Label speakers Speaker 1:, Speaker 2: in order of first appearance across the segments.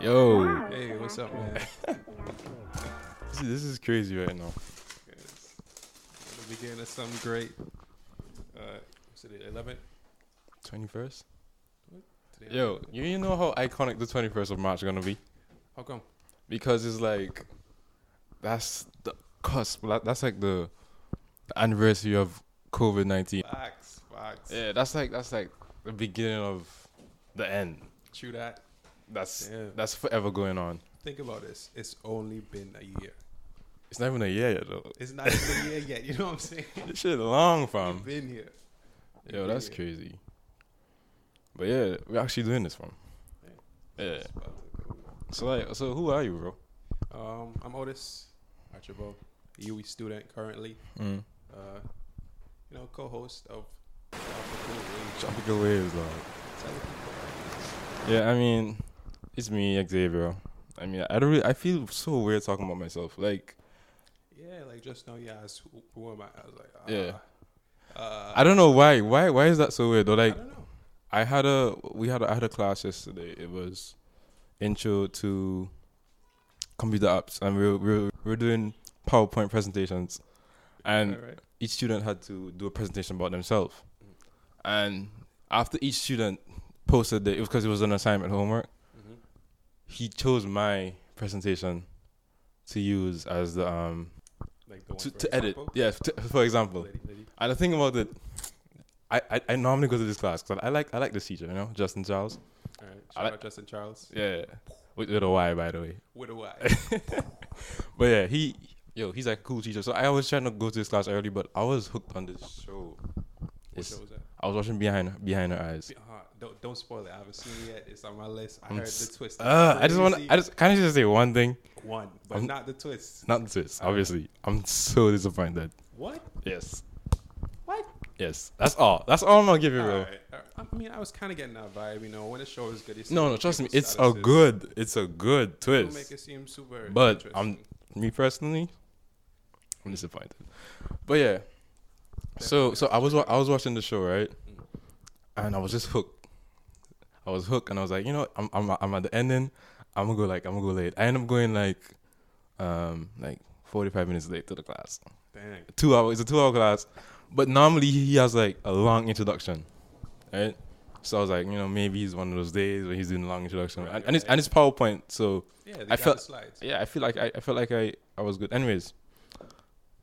Speaker 1: Yo,
Speaker 2: Hey, what's up, man?
Speaker 1: this is, this is crazy right now.
Speaker 2: It's the beginning of something great. Uh, what's it, the 11th?
Speaker 1: Twenty first.
Speaker 2: Today,
Speaker 1: Yo, you, you know how iconic the twenty first of March gonna be
Speaker 2: How come?
Speaker 1: because it's like that's the cusp. like, That's like the, the anniversary of COVID nineteen.
Speaker 2: Fox, Fox.
Speaker 1: Yeah, that's like that's like the beginning of the end.
Speaker 2: Chew that.
Speaker 1: That's
Speaker 2: Yeah.
Speaker 1: that's forever going on.
Speaker 2: Think about this. It's only been a year.
Speaker 1: It's not even a year yet though.
Speaker 2: It's not even a year yet. You know what I'm saying?
Speaker 1: This shit long,
Speaker 2: We've
Speaker 1: fam.
Speaker 2: been here. We've
Speaker 1: Yo,
Speaker 2: been
Speaker 1: that's
Speaker 2: here.
Speaker 1: crazy. But yeah, we're actually doing this, fam. Yeah.
Speaker 2: It's about to go.
Speaker 1: So like, so who are you, bro?
Speaker 2: Um, I'm Otis Archibald, UE student currently.
Speaker 1: Mm.
Speaker 2: Uh, you know, co-host of. Alpha Cool Wave.
Speaker 1: Tropical waves, dog.
Speaker 2: Tell the people.
Speaker 1: Yeah, I mean, it's me, Xavier. I mean, I don't really. I feel so weird talking about myself. Like,
Speaker 2: Yeah, like just now you asked who, who am I? I was like, uh,
Speaker 1: Yeah.
Speaker 2: Uh,
Speaker 1: I don't know why. Why? Why is that so weird? Though,
Speaker 2: I
Speaker 1: like,
Speaker 2: don't know.
Speaker 1: I had a we had a, I had a class yesterday. It was intro to computer apps, and we were, we were, we were doing PowerPoint presentations, and
Speaker 2: All right.
Speaker 1: each student had to do a presentation about themselves. And after each student posted that it was because it was an assignment homework,
Speaker 2: Mhm.
Speaker 1: he chose my presentation to use as the um
Speaker 2: Like the one
Speaker 1: to,
Speaker 2: for
Speaker 1: to edit.
Speaker 2: example?
Speaker 1: Yeah, to, for example.
Speaker 2: Lady, lady.
Speaker 1: And the thing about it, I, I, I normally go to this class because I like I like this teacher, you know, Justin Charles.
Speaker 2: All right. Shout
Speaker 1: I like-
Speaker 2: out Justin Charles.
Speaker 1: Yeah, with, with a Y by the way.
Speaker 2: With a Y.
Speaker 1: But yeah, he yo he's like a cool teacher. So I was trying to go to this class early, but I was hooked on this show.
Speaker 2: Which
Speaker 1: It's-
Speaker 2: show was that?
Speaker 1: I was watching behind behind her eyes.
Speaker 2: Uh, don't, don't spoil it. I haven't seen it yet. It's on my list. I
Speaker 1: I'm
Speaker 2: heard
Speaker 1: s-
Speaker 2: the twist.
Speaker 1: Uh, I just want
Speaker 2: Crazy.
Speaker 1: to. I just can I just say one thing?
Speaker 2: one, but
Speaker 1: I'm-
Speaker 2: not the twist.
Speaker 1: Not this, obviously. I'm so disappointed.
Speaker 2: What?
Speaker 1: Yes,
Speaker 2: What?
Speaker 1: yes. That's all. That's all I'm gonna give you,
Speaker 2: All
Speaker 1: bro.
Speaker 2: right. all right. I mean, I was kind of getting that vibe, you know, when the show is good. you see
Speaker 1: No, no.
Speaker 2: people's
Speaker 1: Trust me, it's a
Speaker 2: statuses.
Speaker 1: good. It's a good
Speaker 2: It'll make
Speaker 1: twist.
Speaker 2: it seem super.
Speaker 1: But I'm
Speaker 2: interesting.
Speaker 1: me personally. I'm disappointed. But yeah. So so I was wa- I was watching the show right,
Speaker 2: Mm.
Speaker 1: and I was just hooked. I was hooked, and I was like, you know, I'm I'm I'm at the ending. I'm gonna go like I'm gonna go late. I end up going like, um, like 45 minutes late to the class.
Speaker 2: Dang.
Speaker 1: two hour. It's a two hour class, but normally he has like a long introduction, right? So I was like, you know, maybe he's one of those days where he's doing a long introduction,
Speaker 2: Right,
Speaker 1: and, and it's and it's PowerPoint. So
Speaker 2: Yeah, they
Speaker 1: I
Speaker 2: got
Speaker 1: felt-
Speaker 2: the slides.
Speaker 1: yeah, I feel like I, I felt like I, I was good. Anyways,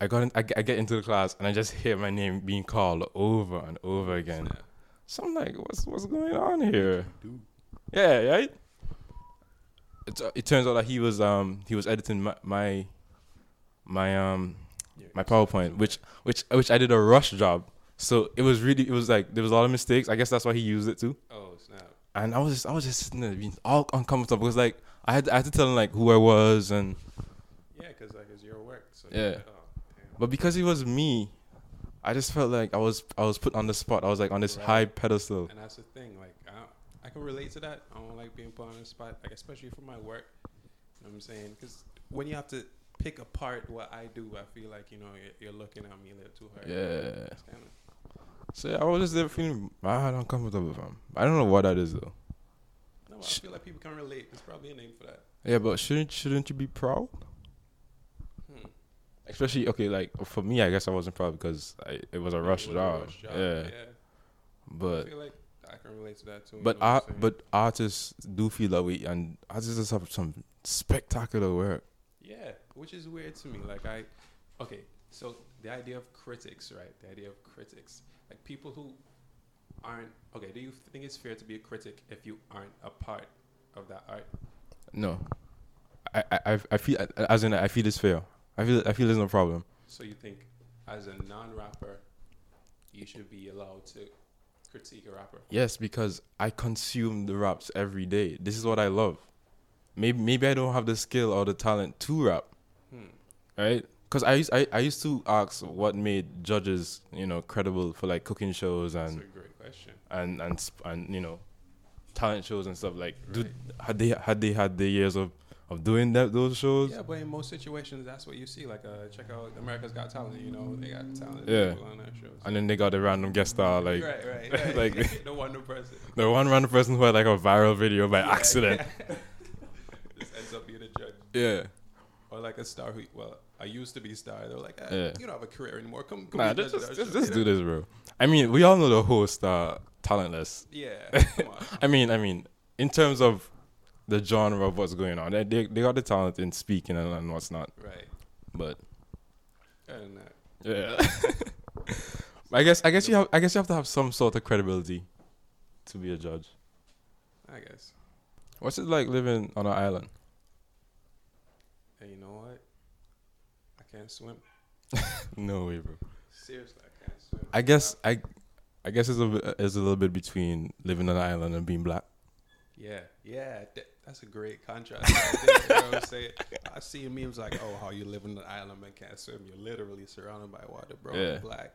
Speaker 1: I got in, I, g- I get into the class and I just hear my name being called over and over again.
Speaker 2: Yeah.
Speaker 1: So I'm like, what's what's going on here?
Speaker 2: Dude.
Speaker 1: Yeah, right. It, it turns out that he was um he was editing my my, my um
Speaker 2: Yeah.
Speaker 1: my PowerPoint, which which which I did a rush job. So it was really it was like there was a lot of mistakes. I guess that's why he used it too.
Speaker 2: Oh snap!
Speaker 1: And I was just I was just sitting there being all uncomfortable because like I had I had to tell him like who I was and
Speaker 2: Yeah, because like it's your work. So
Speaker 1: Yeah.
Speaker 2: you're like, oh, damn.
Speaker 1: but because he was me, I just felt like I was I was put on the spot. I was like on this
Speaker 2: Right.
Speaker 1: high pedestal.
Speaker 2: And that's the thing. Like I, don't- I can relate to that. I don't like being put on the spot, like especially for my work. You know what I'm saying? Because when you have to pick apart what I do, I feel like you know you're, you're looking at me a little too hard.
Speaker 1: Yeah.
Speaker 2: It's kinda-
Speaker 1: So yeah, I was just there feeling mad uncomfortable, fam. I don't know what that is though.
Speaker 2: No, I
Speaker 1: Sh-
Speaker 2: feel like people can relate. There's probably a name for that.
Speaker 1: Yeah, but shouldn't shouldn't you be proud?
Speaker 2: Hmm.
Speaker 1: Especially okay, like for me, I guess I wasn't proud because I, it was a rush
Speaker 2: It was a
Speaker 1: job.
Speaker 2: rush job,
Speaker 1: Yeah,
Speaker 2: I
Speaker 1: but
Speaker 2: feel like I can relate to that too. you
Speaker 1: But
Speaker 2: know what I'm
Speaker 1: art,
Speaker 2: saying?
Speaker 1: but artists do feel that way, and artists just have some spectacular work.
Speaker 2: Yeah, which is weird to me. Like I, okay, so the idea of critics, right? The idea of critics, like people who aren't okay. Do you think it's fair to be a critic if you aren't a part of that art?
Speaker 1: No, I, I, I've- I feel as in I feel it's fair. I feel I feel there's no problem.
Speaker 2: So you think, as a non-rapper, you should be allowed to critique a rapper?
Speaker 1: Yes, because I consume the raps every day. This is what I love. Maybe maybe I don't have the skill or the talent to rap,
Speaker 2: Hmm.
Speaker 1: right? Because I used I, I used to ask what made judges you know credible for like cooking shows
Speaker 2: That's
Speaker 1: and
Speaker 2: a great question.
Speaker 1: and and sp- and you know talent shows and stuff like do had they had they had the years of of doing that those shows
Speaker 2: Yeah, but in most situations, that's what you see. Like, uh, check out America's Got Talent. You know, they got talent.
Speaker 1: Yeah.
Speaker 2: people on that show.
Speaker 1: and then they got the random guest star like
Speaker 2: right, right, right.
Speaker 1: like-
Speaker 2: the one person.
Speaker 1: the one random person who had like a viral video by accident Yeah.
Speaker 2: or like a star who well I used to be a star. They're like, eh,
Speaker 1: Yeah.
Speaker 2: you don't have a career anymore. Come, come
Speaker 1: Nah,
Speaker 2: be a
Speaker 1: just,
Speaker 2: judge of
Speaker 1: just,
Speaker 2: our
Speaker 1: just,
Speaker 2: show,"
Speaker 1: just
Speaker 2: you
Speaker 1: do
Speaker 2: know?
Speaker 1: this, bro. I mean, we all know the host uh talentless.
Speaker 2: Yeah, come on.
Speaker 1: I mean, I mean, in terms of the genre of what's going on, they they, they got the talent in speaking and, and what's not.
Speaker 2: right.
Speaker 1: But
Speaker 2: Other than that,
Speaker 1: yeah, I guess I guess you have I guess you have to have some sort of credibility to be a judge.
Speaker 2: I guess.
Speaker 1: What's it like living on an island?
Speaker 2: And you know what? I can't swim.
Speaker 1: No way, bro.
Speaker 2: Seriously, I can't swim.
Speaker 1: I guess I, I guess it's a bit- it's a little bit between living on an island and being black.
Speaker 2: Yeah, yeah, that, that's a great contrast. right there, bro. Say it. I see memes like, "Oh, how you live in an island and can't swim? You're literally surrounded by water, bro.
Speaker 1: Yeah.
Speaker 2: I'm black.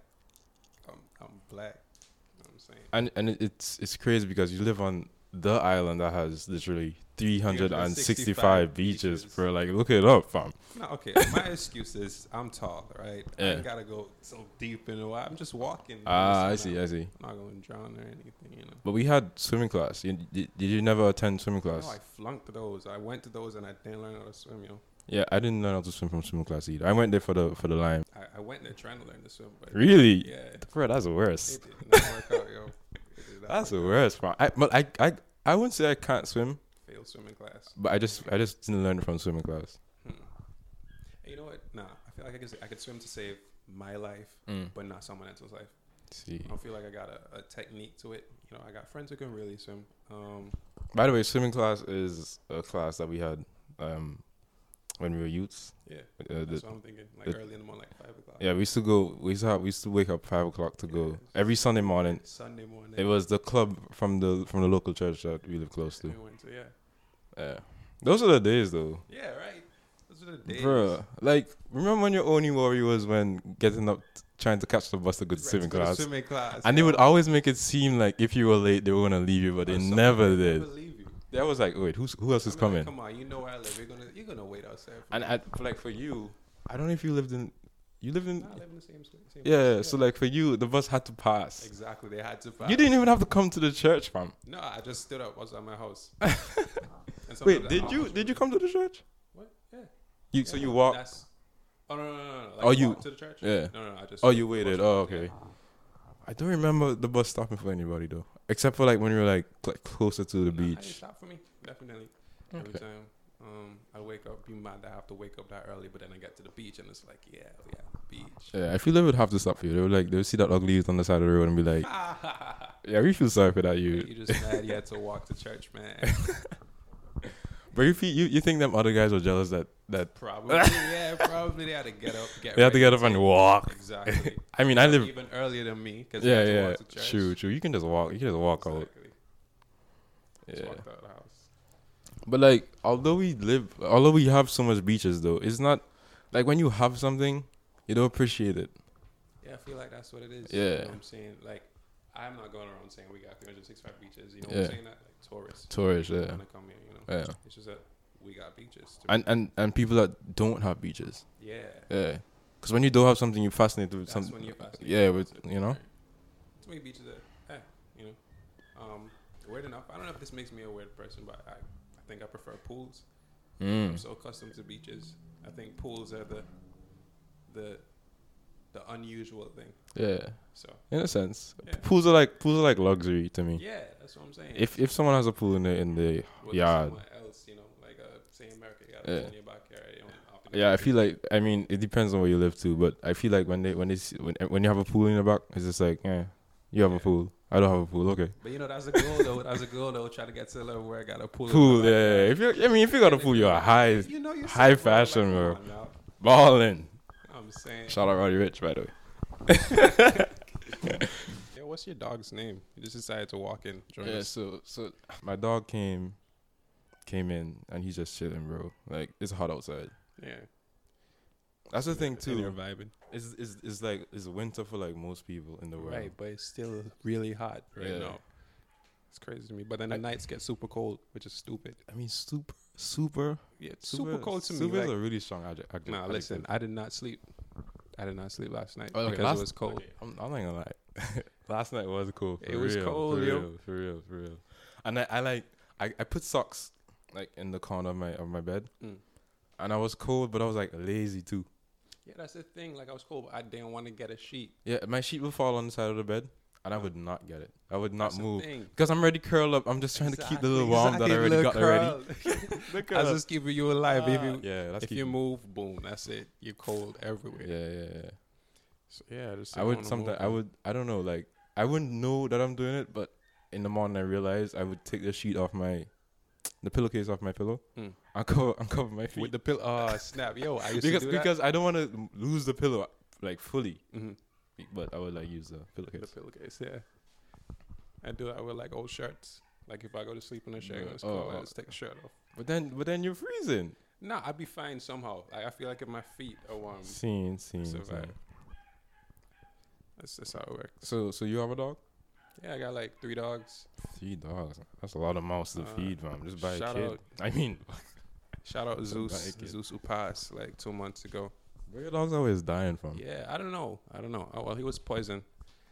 Speaker 2: I'm, I'm black. You know what I'm saying
Speaker 1: And and it- it's it's crazy because you live on the island that has literally 365
Speaker 2: 365
Speaker 1: beaches,
Speaker 2: beaches.
Speaker 1: bro. Like look it up, fam.
Speaker 2: No, okay. My excuse is I'm tall, right? I
Speaker 1: Yeah.
Speaker 2: ain't gotta go so deep in the water. I'm just walking. you know,
Speaker 1: Ah,
Speaker 2: so
Speaker 1: I see,
Speaker 2: I'm
Speaker 1: I see.
Speaker 2: not going to drown or anything, you know.
Speaker 1: But we had swimming class. You, did, did you never attend swimming class?
Speaker 2: No, I flunked those. I went to those and I didn't learn how to swim, yo.
Speaker 1: yeah, I didn't learn how to swim from swimming class either. I went there for the for the line.
Speaker 2: I, I went there trying to learn to swim, but
Speaker 1: Really,
Speaker 2: yeah, it
Speaker 1: bro, that's the worst.
Speaker 2: did not work out, yo. It did not
Speaker 1: That's the
Speaker 2: work
Speaker 1: worst, fam. I, but I I I wouldn't say I can't swim,
Speaker 2: out. failed swimming class.
Speaker 1: but I just I just didn't learn from swimming class.
Speaker 2: Hmm. And you know what? Nah, I feel like I could I could swim to save my life,
Speaker 1: Mm.
Speaker 2: but not someone else's life.
Speaker 1: See.
Speaker 2: I don't feel like I got a, a technique to it. You know, I got friends who can really swim. Um,
Speaker 1: By the way, swimming class is a class that we had um, when we were youths.
Speaker 2: yeah.
Speaker 1: Uh, the,
Speaker 2: That's what I'm thinking. Like
Speaker 1: the-
Speaker 2: early in the morning, like five o'clock.
Speaker 1: yeah, we used to go. We used to, have, we used to wake up five o'clock to go every Sunday morning.
Speaker 2: Sunday morning.
Speaker 1: It was the club from the from the local church that we live close to.
Speaker 2: We went to yeah.
Speaker 1: Yeah, those are the days though,
Speaker 2: Yeah, right. Those were the days.
Speaker 1: Bruh. Like, remember when your only worry was when getting up, trying to catch the bus to go to
Speaker 2: Right,
Speaker 1: swimming
Speaker 2: to the
Speaker 1: class,
Speaker 2: Swimming class.
Speaker 1: and they would always make it seem like if you were late, they were gonna leave you, but they never did.
Speaker 2: Believe you.
Speaker 1: That was like, wait, who's who else is
Speaker 2: I'm like,
Speaker 1: coming?
Speaker 2: Come on, you know where I live. You're gonna you're gonna wait outside. For
Speaker 1: And
Speaker 2: me.
Speaker 1: I, for like for you, I don't know if you lived in, you lived in,
Speaker 2: Nah, I live in the same school. Same
Speaker 1: yeah.
Speaker 2: place,
Speaker 1: So like for you, the bus had to pass.
Speaker 2: exactly, they had to. Pass.
Speaker 1: You didn't even have to come to the church, fam.
Speaker 2: No, I just stood up. I was at my house. And sometimes
Speaker 1: Wait,
Speaker 2: I-
Speaker 1: did
Speaker 2: oh,
Speaker 1: you
Speaker 2: what
Speaker 1: did you come to the church?
Speaker 2: What? Yeah.
Speaker 1: You so
Speaker 2: yeah,
Speaker 1: you walked.
Speaker 2: that's- Oh no no no no! Like,
Speaker 1: Oh, you-
Speaker 2: walked to the church?
Speaker 1: yeah.
Speaker 2: No no, no I just.
Speaker 1: Oh, you waited.
Speaker 2: walked
Speaker 1: Oh,
Speaker 2: to the-
Speaker 1: okay. I don't remember the bus stopping for anybody though, except for like when we were like cl- closer to the
Speaker 2: Nah, it
Speaker 1: beach.
Speaker 2: stopped for me definitely. Every
Speaker 1: Okay.
Speaker 2: time um, I wake up, be mad that I have to wake up that early, but then I get to the beach and it's like, yeah, yeah, beach.
Speaker 1: Yeah, I feel they would have to stop for you. They would like they would see that ugly youth on the side of the road and be like, "Yeah, we feel sorry for that youth."
Speaker 2: you just mad you had to walk to church, man.
Speaker 1: But you feel, you you think them other guys are jealous that that
Speaker 2: probably, yeah, probably they had to get up, get.
Speaker 1: they have to
Speaker 2: ready.
Speaker 1: get up and walk.
Speaker 2: Exactly.
Speaker 1: I mean, I live.
Speaker 2: even earlier than me because
Speaker 1: Yeah, yeah. True, true. You can just walk. You can just walk out.
Speaker 2: Exactly. Just
Speaker 1: Yeah.
Speaker 2: walked out of the house.
Speaker 1: But like, although we live, although we have so much beaches, though, it's not like when you have something, you don't appreciate it.
Speaker 2: Yeah, I feel like that's what it is. you
Speaker 1: Yeah.
Speaker 2: know what I'm saying like, I'm not going around saying we got 365 beaches. You know
Speaker 1: Yeah.
Speaker 2: what I'm saying? That like tourists.
Speaker 1: Tourists, yeah,
Speaker 2: Wanna come here, you know.
Speaker 1: yeah,
Speaker 2: It's just that we got beaches. To
Speaker 1: and and and people that don't have beaches,
Speaker 2: yeah.
Speaker 1: yeah, because when you don't have something, you're fascinated with
Speaker 2: That's
Speaker 1: something.
Speaker 2: when you're fascinated.
Speaker 1: yeah, with you know,
Speaker 2: Too many beaches are, eh, you know. Um, weird enough. I don't know if this makes me a weird person, but I, I think I prefer pools. I'm
Speaker 1: mm.
Speaker 2: so accustomed to beaches. I think pools are the, the, the unusual thing.
Speaker 1: yeah,
Speaker 2: So
Speaker 1: in a sense,
Speaker 2: Yeah.
Speaker 1: pools are like pools are like luxury to me.
Speaker 2: yeah, that's what I'm saying.
Speaker 1: Hmm. If if someone has a pool in the in the
Speaker 2: With
Speaker 1: yard,
Speaker 2: someone else, you know, like uh, say America, you got
Speaker 1: Yeah.
Speaker 2: yeah. in your backyard. You don't have to go
Speaker 1: yeah, I
Speaker 2: to
Speaker 1: feel like I mean it depends on where you live too, but I feel like when they when they see, when when you have a pool in your back, it's just like, yeah, you have a
Speaker 2: Yeah.
Speaker 1: pool. I don't have a pool. Okay.
Speaker 2: But you know, that's a goal though. That's a goal though. Try to get to the level where I got a pool. in my
Speaker 1: Pool, yeah.
Speaker 2: backyard.
Speaker 1: If you, I mean, if you got a pool, you're high,
Speaker 2: You know, you're
Speaker 1: high
Speaker 2: so broke,
Speaker 1: fashion,
Speaker 2: like,
Speaker 1: bro.
Speaker 2: come on now.
Speaker 1: balling.
Speaker 2: I'm saying.
Speaker 1: Shout out Roddy Rich, by the way.
Speaker 2: Yeah, what's your dog's name? You just decided to walk in. Join
Speaker 1: Yeah.
Speaker 2: us.
Speaker 1: So, so my dog came, came in, and he's just chilling, bro. Like it's hot outside.
Speaker 2: Yeah.
Speaker 1: That's the thing
Speaker 2: And you're
Speaker 1: too.
Speaker 2: vibing.
Speaker 1: It's, it's, it's like it's winter for like most people in the world.
Speaker 2: Right, but it's still really hot right
Speaker 1: Yeah.
Speaker 2: now. It's crazy to me. But then the nights get super cold, which is stupid.
Speaker 1: I mean, super, super,
Speaker 2: Yeah, it's
Speaker 1: super,
Speaker 2: super cold to
Speaker 1: super
Speaker 2: me.
Speaker 1: is
Speaker 2: like-
Speaker 1: a really strong adjec- adjec- adjective.
Speaker 2: nah, listen, I did not sleep. I did not sleep last night
Speaker 1: Oh, okay,
Speaker 2: because
Speaker 1: last-
Speaker 2: it was cold.
Speaker 1: I'm, I'm not gonna lie. Last night was cool. for
Speaker 2: It was
Speaker 1: real,
Speaker 2: cold,
Speaker 1: for
Speaker 2: yo.
Speaker 1: real, for real, for real. And I, I like I, I put socks like in the corner of my of my bed,
Speaker 2: Mm.
Speaker 1: and I was cold, but I was like lazy too.
Speaker 2: Yeah, that's the thing. Like I was cool, but I didn't want to get a sheet.
Speaker 1: Yeah, my sheet would fall on the side of the bed, and I would not get it. I would not
Speaker 2: That's the
Speaker 1: move
Speaker 2: thing.
Speaker 1: because I'm already curled up. I'm just trying to keep the
Speaker 2: Exactly.
Speaker 1: little warm that I already got already.
Speaker 2: Look Uh, I was just keeping you alive. if you
Speaker 1: Yeah, that's
Speaker 2: if you move, boom, that's it. You're cold everywhere.
Speaker 1: Yeah, yeah, yeah.
Speaker 2: So, yeah, just
Speaker 1: I would sometimes I would I don't know like I wouldn't know that I'm doing it, but in the morning I realized I would take the sheet off my the pillowcase off my pillow.
Speaker 2: Mm.
Speaker 1: Uncover uncover my feet
Speaker 2: with the pillow. Oh snap! Yo, I used
Speaker 1: because
Speaker 2: to do that.
Speaker 1: because I don't want to lose the pillow like fully,
Speaker 2: Mhm.
Speaker 1: but I would like use the pillowcase.
Speaker 2: the pillowcase. Yeah, I do that with like old shirts. Like if I go to sleep in a shirt,
Speaker 1: Yeah.
Speaker 2: it's cool.
Speaker 1: Oh,
Speaker 2: I
Speaker 1: oh.
Speaker 2: just take the shirt off.
Speaker 1: But then but then you're freezing.
Speaker 2: Nah, I'd be fine somehow. Like I feel like if my feet are um, warm,
Speaker 1: Scene scene.
Speaker 2: survive.
Speaker 1: scene.
Speaker 2: That's that's how it works.
Speaker 1: So so you have a dog?
Speaker 2: Yeah, I got like three dogs.
Speaker 1: Three dogs. That's a lot of mouths to
Speaker 2: Uh,
Speaker 1: feed, fam. Just buy a
Speaker 2: shout
Speaker 1: kid.
Speaker 2: out.
Speaker 1: I mean,
Speaker 2: Shout out Zeus,
Speaker 1: Like it.
Speaker 2: Zeus who passed like two months ago.
Speaker 1: where your dogs always dying from?
Speaker 2: Yeah, I don't know. I don't know. Oh, well, he was poisoned.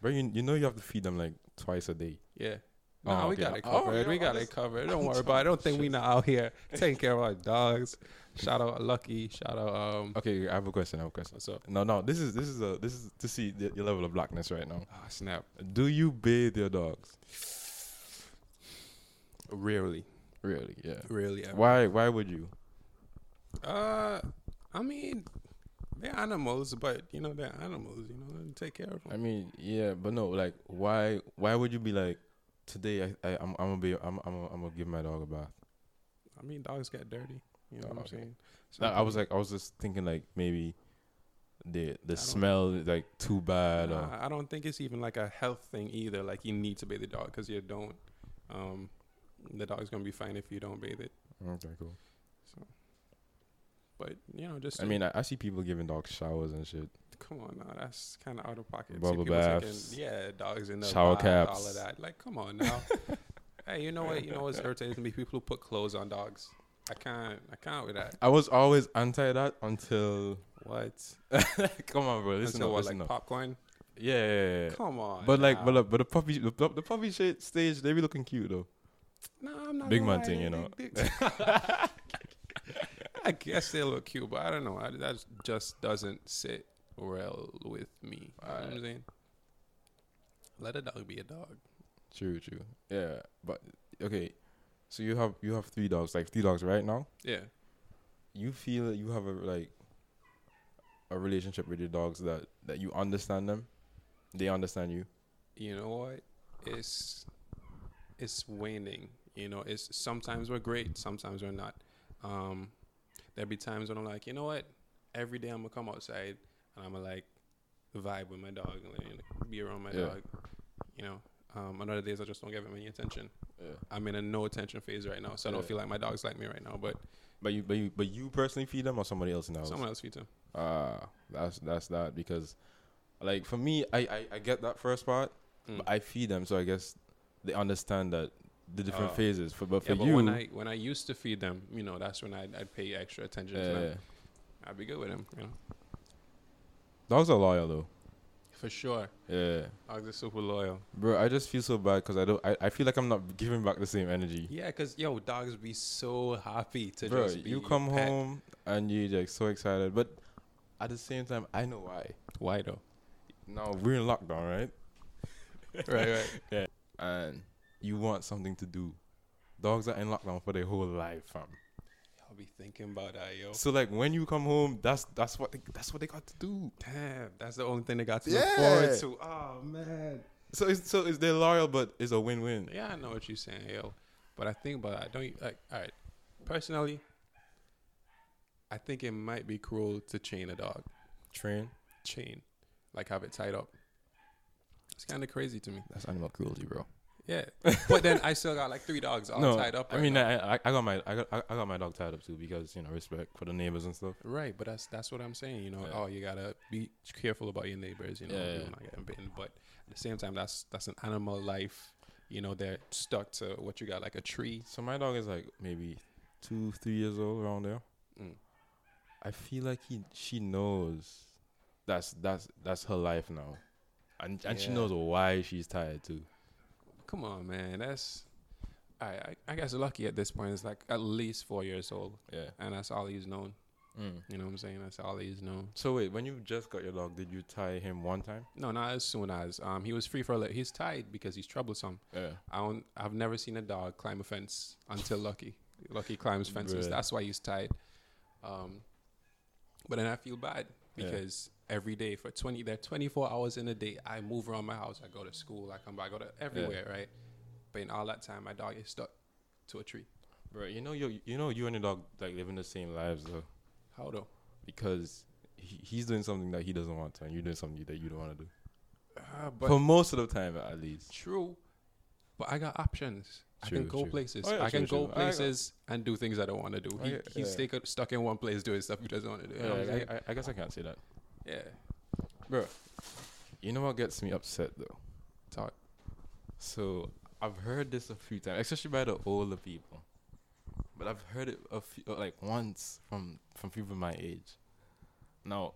Speaker 1: Bro, you, you know you have to feed them like twice a day.
Speaker 2: Yeah.
Speaker 1: Oh,
Speaker 2: No, we
Speaker 1: okay.
Speaker 2: got it
Speaker 1: Oh,
Speaker 2: covered.
Speaker 1: yeah,
Speaker 2: we
Speaker 1: I
Speaker 2: got
Speaker 1: was-
Speaker 2: it covered. Don't worry about it. I don't think we not out here taking care of our dogs. Shout out Lucky. Shout out um.
Speaker 1: Okay, I have a question. I have a question.
Speaker 2: What's up?
Speaker 1: No, no. This is this is a this is to see the, your level of blackness right now.
Speaker 2: Ah, snap.
Speaker 1: Do you bathe your dogs?
Speaker 2: Rarely,
Speaker 1: Really? Yeah.
Speaker 2: rarely. Ever.
Speaker 1: Why? Why would you?
Speaker 2: Uh, I mean, they're animals, but you know they're animals. You know, and take care of them.
Speaker 1: I mean, yeah, but no. Like, why? Why would you be like, today I, I I'm I'm gonna be I'm I'm gonna, I'm gonna give my dog a bath.
Speaker 2: I mean, dogs get dirty. You
Speaker 1: Oh,
Speaker 2: know what I'm
Speaker 1: okay.
Speaker 2: saying?
Speaker 1: No, I was like I was just thinking like maybe the the
Speaker 2: don't-
Speaker 1: smell is like too bad. Or,
Speaker 2: Nah, I don't think it's even like a health thing either. Like you need to bathe the dog because you don't. Um, the dog's gonna be fine if you don't bathe it.
Speaker 1: okay, cool.
Speaker 2: But you know, just
Speaker 1: I
Speaker 2: to-
Speaker 1: mean, I, I see people giving dogs showers and shit.
Speaker 2: Come on, now, that's kind of out of pocket. See
Speaker 1: Bubble
Speaker 2: people taking-
Speaker 1: baths,
Speaker 2: yeah, dogs in the
Speaker 1: shower
Speaker 2: bath, all
Speaker 1: caps.
Speaker 2: of that. Like, come on now. hey, you know what? You know what's irritating to me? People who put clothes on dogs. I can't. I can't with that.
Speaker 1: I was always anti that until
Speaker 2: What?
Speaker 1: come on, bro. Listen
Speaker 2: Until
Speaker 1: up,
Speaker 2: what?
Speaker 1: listen
Speaker 2: Like
Speaker 1: up.
Speaker 2: popcorn?
Speaker 1: Yeah, yeah, yeah.
Speaker 2: Come on.
Speaker 1: But like,
Speaker 2: now.
Speaker 1: but like, but the puppy, the, the puppy shit stage, they be looking cute though.
Speaker 2: nah, I'm not
Speaker 1: big man
Speaker 2: gonna lie,
Speaker 1: thing,
Speaker 2: they-
Speaker 1: you know.
Speaker 2: they- they- I guess they look cute, but I don't know. I, that just doesn't sit well with me. You know what I'm
Speaker 1: Alright.
Speaker 2: saying? Let a dog be a dog.
Speaker 1: True, true. Yeah, but okay. So you have you have three dogs, like three dogs right now.
Speaker 2: Yeah.
Speaker 1: You feel that you have a like a relationship with your dogs that that you understand them, they understand you.
Speaker 2: you know what it's it's waning you know it's sometimes we're great sometimes we're not um there'll be times when i'm like you know what every day i'm gonna come outside and i'm gonna like vibe with my dog and like, you know, be around my
Speaker 1: Yeah.
Speaker 2: dog you know um another days i just don't give him any attention
Speaker 1: Yeah.
Speaker 2: i'm in a no attention phase right now so i don't
Speaker 1: Yeah.
Speaker 2: feel like my dog's like me right now but
Speaker 1: But you, but you, but you personally feed them or somebody else in the house?
Speaker 2: someone else feeds him
Speaker 1: Ah, that's that's that because, like for me, I I, I get that first part,
Speaker 2: Mm.
Speaker 1: but I feed them, so I guess they understand that the different
Speaker 2: Oh.
Speaker 1: phases. For but for
Speaker 2: yeah, but
Speaker 1: you,
Speaker 2: when i when i used to feed them you know that's when i'd, I'd pay extra attention to
Speaker 1: yeah,
Speaker 2: them i'd be good with him you know
Speaker 1: dogs are loyal though.
Speaker 2: for sure
Speaker 1: Yeah,
Speaker 2: dogs are super loyal
Speaker 1: bro, I just feel so bad because I don't. I, I feel like I'm not giving back the same energy.
Speaker 2: Yeah, cause yo, dogs be so happy to
Speaker 1: bro,
Speaker 2: just be
Speaker 1: you come
Speaker 2: pet.
Speaker 1: home and you're like so excited, but at the same time, I know why.
Speaker 2: Why though?
Speaker 1: Now we're in lockdown, right?
Speaker 2: right, right.
Speaker 1: And you want something to do. Dogs are in lockdown for their whole life, fam.
Speaker 2: I'll be thinking about that, yo.
Speaker 1: So like when you come home, that's that's what they, that's what they got to do.
Speaker 2: Damn, that's the only thing they got to
Speaker 1: Yeah.
Speaker 2: look forward to. Oh man.
Speaker 1: So it's, so is they're loyal, but it's a win-win.
Speaker 2: Yeah, I know what you're saying, yo. But I think about that. Don't you like? All right. Personally, I think it might be cruel to chain a dog.
Speaker 1: Train.
Speaker 2: Chain, like have it tied up. It's kind of crazy to me.
Speaker 1: That's animal cruelty, bro.
Speaker 2: Yeah, but then I still got like three dogs all
Speaker 1: no,
Speaker 2: tied up.
Speaker 1: I
Speaker 2: right
Speaker 1: mean,
Speaker 2: now.
Speaker 1: I, I I got my I got I got my dog tied up too because you know respect for the neighbors and stuff.
Speaker 2: Right, but that's that's what I'm saying. You know,
Speaker 1: Yeah.
Speaker 2: oh, you gotta be careful about your neighbors. You know,
Speaker 1: Yeah,
Speaker 2: you're
Speaker 1: yeah.
Speaker 2: not getting bitten. But at the same time, that's that's an animal life. You know, they're stuck to what you got, like a tree.
Speaker 1: So my dog is like maybe two, three years old around there.
Speaker 2: Mm.
Speaker 1: I feel like he she knows that's that's that's her life now, and and she
Speaker 2: Yeah.
Speaker 1: knows why she's tired too.
Speaker 2: Come on, man. That's I I, I guess lucky at this point. It's like at least four years old,
Speaker 1: Yeah.
Speaker 2: and that's all he's known.
Speaker 1: Mm.
Speaker 2: You know what I'm saying? That's all he is known.
Speaker 1: So wait, when you just got your dog, did you tie him one time?
Speaker 2: No, not as soon as um, he was free for a little. He's tied because he's troublesome.
Speaker 1: Yeah.
Speaker 2: I don't, I've never seen a dog climb a fence until Lucky. Lucky climbs fences.
Speaker 1: Bruh.
Speaker 2: That's why he's tied. Um, but then I feel bad
Speaker 1: Yeah.
Speaker 2: because every day for 20, they're 24 hours in a day. I move around my house. I go to school. I come back. I go to everywhere, right? But in all that time, my dog is stuck to a tree.
Speaker 1: Bro, you know you you know you and your dog like living the same lives though,
Speaker 2: How though?
Speaker 1: because he, he's doing something that he doesn't want to, and you're doing something that you don't want to do.
Speaker 2: Uh, but
Speaker 1: For most of the time, at least.
Speaker 2: True, but I got options. I
Speaker 1: True,
Speaker 2: can go
Speaker 1: true.
Speaker 2: places.
Speaker 1: Oh, yeah,
Speaker 2: I can
Speaker 1: true,
Speaker 2: go
Speaker 1: true. I got-
Speaker 2: places and do things I don't want to do.
Speaker 1: I
Speaker 2: He,
Speaker 1: get-
Speaker 2: he's
Speaker 1: yeah.
Speaker 2: take- stuck in one place doing stuff he doesn't want to do. You know what I'm
Speaker 1: Yeah,
Speaker 2: saying?
Speaker 1: I, I, I guess I can't say that,
Speaker 2: yeah.
Speaker 1: bro. You know what gets me upset though.
Speaker 2: Talk.
Speaker 1: So I've heard this a few times, especially by the older people. But I've heard it a few, uh, like once from from people my age. Now,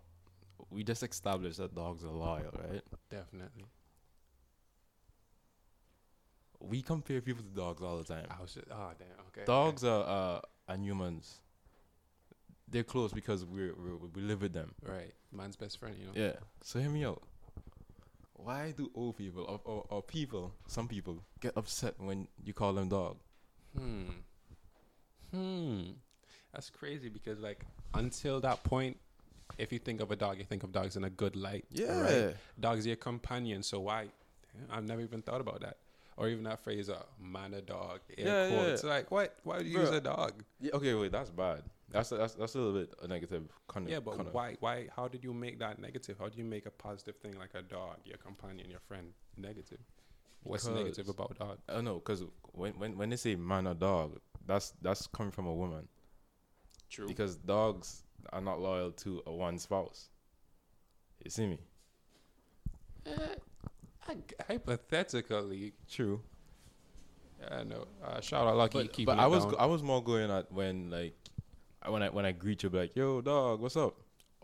Speaker 1: we just established that dogs are loyal, right?
Speaker 2: Definitely.
Speaker 1: We compare people to dogs all the time.
Speaker 2: I was just, oh, damn. Okay. okay.
Speaker 1: Dogs are uh, are humans. They're close because we're, we're we live with them.
Speaker 2: Right. Man's best friend, you know?
Speaker 1: Yeah. So hear me out. Why do old people or, or, or people, some people, get upset when you call them dog?
Speaker 2: Hmm. Hmm. That's crazy because, like, until that point, if you think of a dog, you think of dogs in a good light. Right? Dogs are your companion. So why? I've never even thought about that. Or even that phrase, uh, man a dog. Air
Speaker 1: Yeah, yeah.
Speaker 2: quotes. Like, what? Why would you use
Speaker 1: Bruh.
Speaker 2: a dog?
Speaker 1: Yeah, okay, wait, that's bad. That's that's that's a little bit a negative kind of.
Speaker 2: Yeah, but why? Why? How did you make that negative? How do you make a positive thing like a dog, your companion, your friend, negative? What's negative
Speaker 1: Because-
Speaker 2: about dog?
Speaker 1: I don't know, cause when when when they say man or dog, that's that's coming from a woman
Speaker 2: True.
Speaker 1: because dogs are not loyal to a one spouse. You see me?
Speaker 2: I g hypothetically,
Speaker 1: True.
Speaker 2: I know. Uh, shout out Lucky,
Speaker 1: But,
Speaker 2: keep
Speaker 1: but I was I was more going at when like I- when I when I greet you, be like, "Yo, dog, what's up?"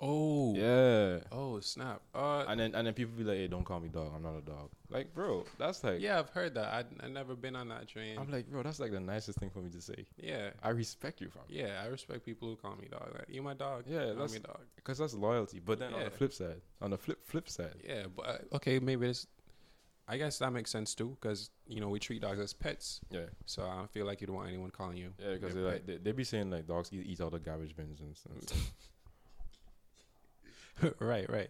Speaker 2: oh,
Speaker 1: Yeah.
Speaker 2: oh, snap. Uh,
Speaker 1: And then and then people be like, "Hey, don't call me dog. I'm not a dog." Like, bro, that's like
Speaker 2: yeah, I've heard that. I I never been on that train.
Speaker 1: I'm like, bro, that's like the nicest thing for me to say.
Speaker 2: yeah,
Speaker 1: I respect you, fam.
Speaker 2: yeah. I respect people who call me dog. Like, you my dog.
Speaker 1: Yeah,
Speaker 2: call
Speaker 1: that's-
Speaker 2: me dog.
Speaker 1: Because that's loyalty. But then on
Speaker 2: Yeah.
Speaker 1: the flip side, on the flip flip side,
Speaker 2: Yeah, but uh, okay, maybe it's. I guess that makes sense too, because you know we treat dogs as pets,
Speaker 1: yeah,
Speaker 2: so I don't feel like you'd want anyone calling you.
Speaker 1: yeah, because they
Speaker 2: their
Speaker 1: like they, they be saying like dogs eat, eat all the garbage bins and stuff.
Speaker 2: pet. right, right,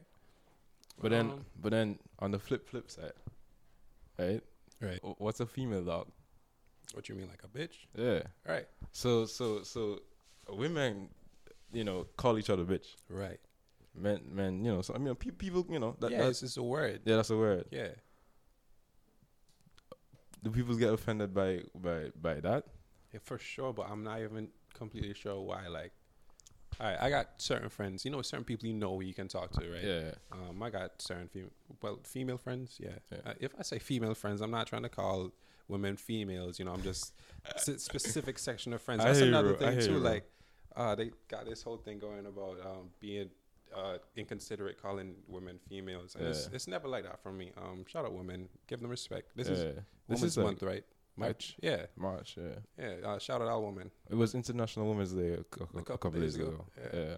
Speaker 1: But then
Speaker 2: Um,
Speaker 1: but then on the flip flip side, right?
Speaker 2: Right.
Speaker 1: W- What's a female dog?
Speaker 2: what you mean, like a bitch?
Speaker 1: Yeah.
Speaker 2: Right,
Speaker 1: So so so, women, you know, call each other bitch.
Speaker 2: right.
Speaker 1: Men men, you know. So I mean, pe- people, you know, that,
Speaker 2: yeah,
Speaker 1: that's
Speaker 2: it's just a word.
Speaker 1: yeah, that's a word.
Speaker 2: Yeah,
Speaker 1: Do people get offended by by by that?
Speaker 2: yeah, for sure. But I'm not even completely sure why. Like, all right, I got certain friends. You know, certain people you know you can talk to, right?
Speaker 1: Yeah.
Speaker 2: Um, I got certain female, well, female friends. Yeah.
Speaker 1: Yeah.
Speaker 2: Uh, if I say female friends, I'm not trying to call women females. You know, I'm just s- specific section of friends.
Speaker 1: I
Speaker 2: That's
Speaker 1: hear you,
Speaker 2: another
Speaker 1: bro. I
Speaker 2: thing
Speaker 1: hear
Speaker 2: too.
Speaker 1: you, bro.
Speaker 2: like, uh, they got this whole thing going about um, being uh, inconsiderate calling women females, and it's,
Speaker 1: Yeah.
Speaker 2: it's never like that for me. Um, shout out women, give them respect. This
Speaker 1: yeah.
Speaker 2: is
Speaker 1: this
Speaker 2: Women's
Speaker 1: is like
Speaker 2: Month, right? March. Yeah,
Speaker 1: March. Yeah.
Speaker 2: yeah. Uh, shout out all women.
Speaker 1: It was International Women's Day a, cou- a couple days ago.
Speaker 2: Yeah.
Speaker 1: Yeah.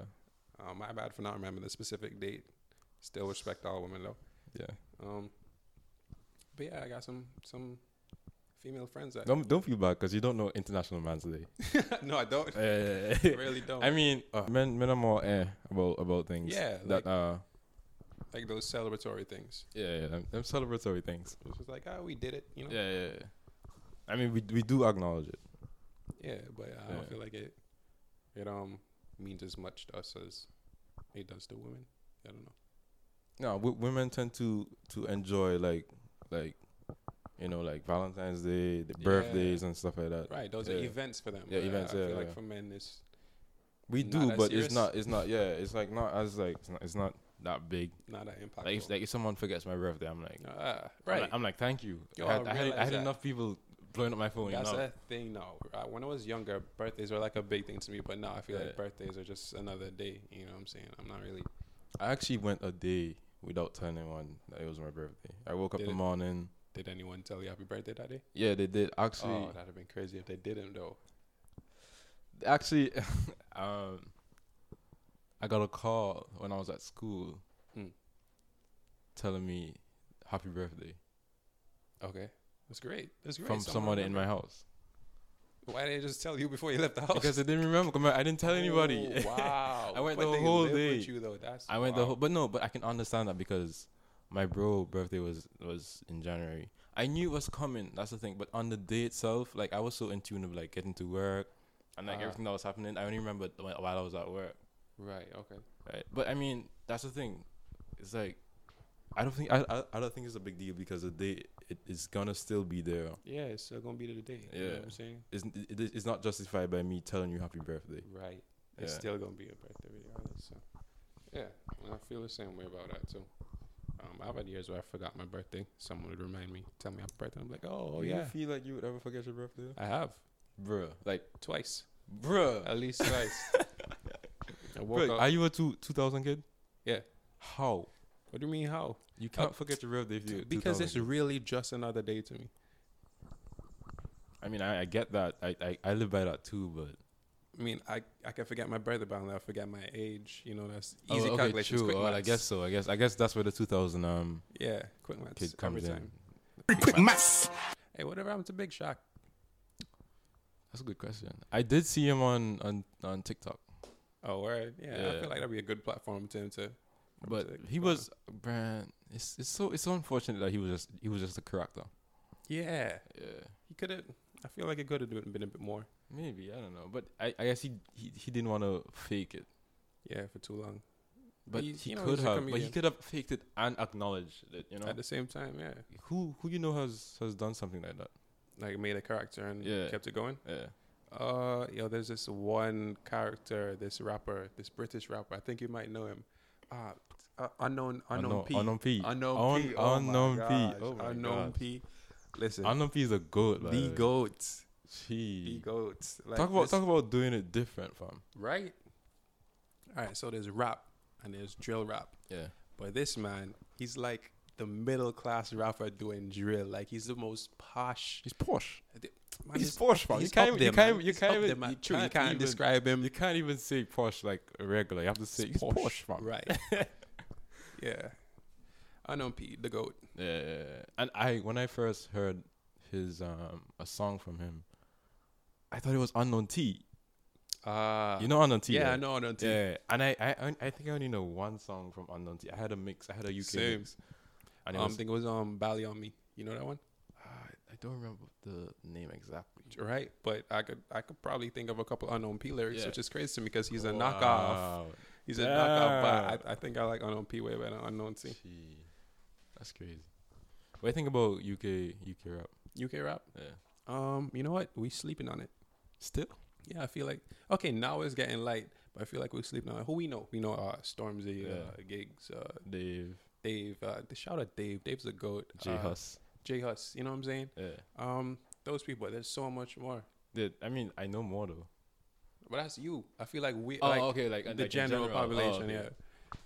Speaker 2: Uh, my bad for not remembering the specific date. Still respect all women though.
Speaker 1: Yeah.
Speaker 2: Um, but yeah, I got some some female friends. That
Speaker 1: Don't don't feel bad because you don't know International Man's Day.
Speaker 2: no, I don't. I
Speaker 1: Eh.
Speaker 2: really don't.
Speaker 1: I mean, men men are more eh about about things.
Speaker 2: Yeah,
Speaker 1: That
Speaker 2: like-
Speaker 1: uh
Speaker 2: like those celebratory things.
Speaker 1: yeah, yeah them, them celebratory things.
Speaker 2: It's just like, oh, we did it, you know.
Speaker 1: Yeah, yeah. yeah. I mean, we we do acknowledge it.
Speaker 2: Yeah, but I
Speaker 1: Yeah.
Speaker 2: don't feel like it. It um means as much to us as it does to women. I don't know.
Speaker 1: No, w- women tend to to enjoy like like you know like Valentine's Day, the
Speaker 2: Yeah.
Speaker 1: birthdays and stuff like that.
Speaker 2: Right, those are
Speaker 1: Yeah.
Speaker 2: events for them.
Speaker 1: Yeah,
Speaker 2: but I-
Speaker 1: events,
Speaker 2: I
Speaker 1: yeah,
Speaker 2: feel like
Speaker 1: yeah.
Speaker 2: for men, it's
Speaker 1: We
Speaker 2: Not
Speaker 1: do,
Speaker 2: as
Speaker 1: but
Speaker 2: serious?
Speaker 1: it's not it's not yeah, it's like not as like it's not, it's not that big.
Speaker 2: not that impactful.
Speaker 1: Like if, like if someone forgets my birthday, I'm like
Speaker 2: Ah,
Speaker 1: I'm
Speaker 2: right.
Speaker 1: like, I'm like, thank you.
Speaker 2: Yo,
Speaker 1: I
Speaker 2: I
Speaker 1: had, I had, I
Speaker 2: realize
Speaker 1: had
Speaker 2: that.
Speaker 1: enough people blowing up my phone.
Speaker 2: That's
Speaker 1: now.
Speaker 2: a thing now. Uh, when I was younger, birthdays were like a big thing to me, but now I feel
Speaker 1: Yeah.
Speaker 2: like birthdays are just another day. You know what I'm saying? I'm not really.
Speaker 1: I actually went a day without telling anyone that it was my birthday. I woke up
Speaker 2: Did
Speaker 1: the
Speaker 2: it-
Speaker 1: morning.
Speaker 2: Did anyone tell you happy birthday that day?
Speaker 1: Yeah, they did. Actually,
Speaker 2: oh, that'd have been crazy if they didn't though.
Speaker 1: actually, um, I got a call when I was at school
Speaker 2: Hmm.
Speaker 1: telling me happy birthday
Speaker 2: Okay. That's great. That's great.
Speaker 1: from somebody in my house
Speaker 2: Why didn't they just tell you before you left the house?
Speaker 1: because I didn't remember. 'cause I didn't tell anybody.
Speaker 2: Oh, wow.
Speaker 1: I went
Speaker 2: But
Speaker 1: the
Speaker 2: they
Speaker 1: whole
Speaker 2: live
Speaker 1: day.
Speaker 2: With you, though. That's,
Speaker 1: I went the
Speaker 2: wow.
Speaker 1: whole, but no, but I can understand that because my bro birthday was was in January. I knew it was coming. That's the thing. But on the day itself, like I was so in tune of like getting to work and like
Speaker 2: Ah.
Speaker 1: everything that was happening. I only remembered wh- while I was at work.
Speaker 2: Right. Okay.
Speaker 1: Right. But I mean, that's the thing. It's like I don't think I I, I don't think it's a big deal because the day it is gonna still be there.
Speaker 2: Yeah, it's still gonna be to the day. You know
Speaker 1: Yeah.
Speaker 2: what I'm saying?
Speaker 1: It's it, it's not justified by me telling you happy birthday.
Speaker 2: Right. It's
Speaker 1: Yeah.
Speaker 2: still gonna be a birthday regardless. So yeah, and I feel the same way about that too. Um, I've had years where I forgot my birthday. Someone would remind me, tell me happy birthday. I'm like, oh,
Speaker 1: Do
Speaker 2: yeah,
Speaker 1: You feel like you would ever forget your birthday,
Speaker 2: I have
Speaker 1: bruh? Like,
Speaker 2: twice,
Speaker 1: bruh.
Speaker 2: at least twice. I woke
Speaker 1: Bro,
Speaker 2: up.
Speaker 1: are you a two two thousand kid?
Speaker 2: Yeah.
Speaker 1: How?
Speaker 2: what do you mean how?
Speaker 1: You
Speaker 2: Uh,
Speaker 1: can't forget your birthday if you
Speaker 2: Because it's really just another day to me.
Speaker 1: I mean, I, I get that. I, I I live by that too, but
Speaker 2: I mean, I I can forget my birthday, but I'll never forget my age. You know, that's
Speaker 1: Oh,
Speaker 2: easy
Speaker 1: okay,
Speaker 2: calculations.
Speaker 1: true.
Speaker 2: Quick
Speaker 1: Oh, I
Speaker 2: maths.
Speaker 1: guess so. I guess I guess that's where the two thousand um
Speaker 2: Yeah, quick maths
Speaker 1: kid
Speaker 2: every
Speaker 1: comes in.
Speaker 2: time. Hey, whatever happened to Big Shock?
Speaker 1: That's a good question. I did see him on on on TikTok,
Speaker 2: Oh, word. Yeah, I
Speaker 1: Yeah.
Speaker 2: feel like that'd be a good platform to him to.
Speaker 1: but
Speaker 2: to-
Speaker 1: he was man. It's it's so it's so unfortunate that he was just he was just a character.
Speaker 2: Yeah,
Speaker 1: Yeah,
Speaker 2: he could have. I feel like it could have been a bit more.
Speaker 1: maybe I don't know, but I, I guess he, he he didn't want to fake it,
Speaker 2: Yeah, for too long.
Speaker 1: but
Speaker 2: He-
Speaker 1: he,
Speaker 2: you know,
Speaker 1: could
Speaker 2: he's a
Speaker 1: have, but he
Speaker 2: comedian.
Speaker 1: could have faked it and acknowledged it. You know,
Speaker 2: At the same time, yeah,
Speaker 1: who who you know has has done something like that?
Speaker 2: like made a character and
Speaker 1: Yeah.
Speaker 2: kept it going.
Speaker 1: Yeah.
Speaker 2: Uh, yo, there's this one character, this rapper, this British rapper. I think you might know him. Uh, uh unknown, unknown, P.
Speaker 1: Unknown P.
Speaker 2: Unknown P. Oh my
Speaker 1: Unknown P.
Speaker 2: gosh.
Speaker 1: Oh my
Speaker 2: unknown
Speaker 1: gosh.
Speaker 2: P. Listen,
Speaker 1: Unknown P is a goat. by
Speaker 2: the
Speaker 1: way.
Speaker 2: goat, the
Speaker 1: Gee.
Speaker 2: goat. Like,
Speaker 1: talk about
Speaker 2: this-
Speaker 1: talk about doing it different, fam.
Speaker 2: right. All right, so there's rap and there's drill rap.
Speaker 1: Yeah.
Speaker 2: But this man, he's like the middle class rapper doing drill. Like he's the most posh.
Speaker 1: He's posh.
Speaker 2: Man,
Speaker 1: he's posh, fam. You can't
Speaker 2: up
Speaker 1: even- you
Speaker 2: there,
Speaker 1: can't
Speaker 2: man.
Speaker 1: even- you
Speaker 2: He's
Speaker 1: can't
Speaker 2: up
Speaker 1: even-
Speaker 2: there, man.
Speaker 1: you
Speaker 2: True,
Speaker 1: can't even-
Speaker 2: describe him.
Speaker 1: You can't even say posh like regular. You have to say he's posh, fam.
Speaker 2: right? yeah, I know Pete, the goat.
Speaker 1: Yeah, yeah, yeah. And I when I first heard his um a song from him, I thought it was Unknown T.
Speaker 2: Ah,
Speaker 1: You know Unknown T.
Speaker 2: yeah,
Speaker 1: right?
Speaker 2: I know I know Um, Pete.
Speaker 1: Uh, Yeah, and I, I I- I think I only know one song from Unknown T. I had a mix. I had a UK
Speaker 2: Same.
Speaker 1: mix. And it
Speaker 2: Um, I
Speaker 1: was,
Speaker 2: think it was um Bally on me. You know that one,
Speaker 1: I- I don't remember the name exactly.
Speaker 2: right? But I could I could probably think of a couple unknown P lyrics,
Speaker 1: Yeah.
Speaker 2: which is crazy to me because he's a knockoff.
Speaker 1: Wow.
Speaker 2: He's a knockoff. But
Speaker 1: Yeah.
Speaker 2: I, I think I like unknown P way better than unknown T.
Speaker 1: Gee. That's crazy. What do you think about UK UK rap?
Speaker 2: UK rap.
Speaker 1: Yeah.
Speaker 2: Um, you know what? We sleeping on it.
Speaker 1: Still?
Speaker 2: Yeah, I feel like okay now it's getting light, but I feel like we're sleeping on who we know. We know uh, Stormzy, uh,
Speaker 1: Yeah.
Speaker 2: Gigs, uh,
Speaker 1: Dave,
Speaker 2: Dave. Uh, the shout out Dave. Dave's a goat.
Speaker 1: J
Speaker 2: uh,
Speaker 1: Hus.
Speaker 2: J Hus. You know what I'm saying?
Speaker 1: Yeah.
Speaker 2: Um, those people. There's so much more.
Speaker 1: Dude, I mean I know more though.
Speaker 2: But that's you. I feel like we Oh, like
Speaker 1: Oh, okay, like
Speaker 2: the general, Oh, population. Yeah,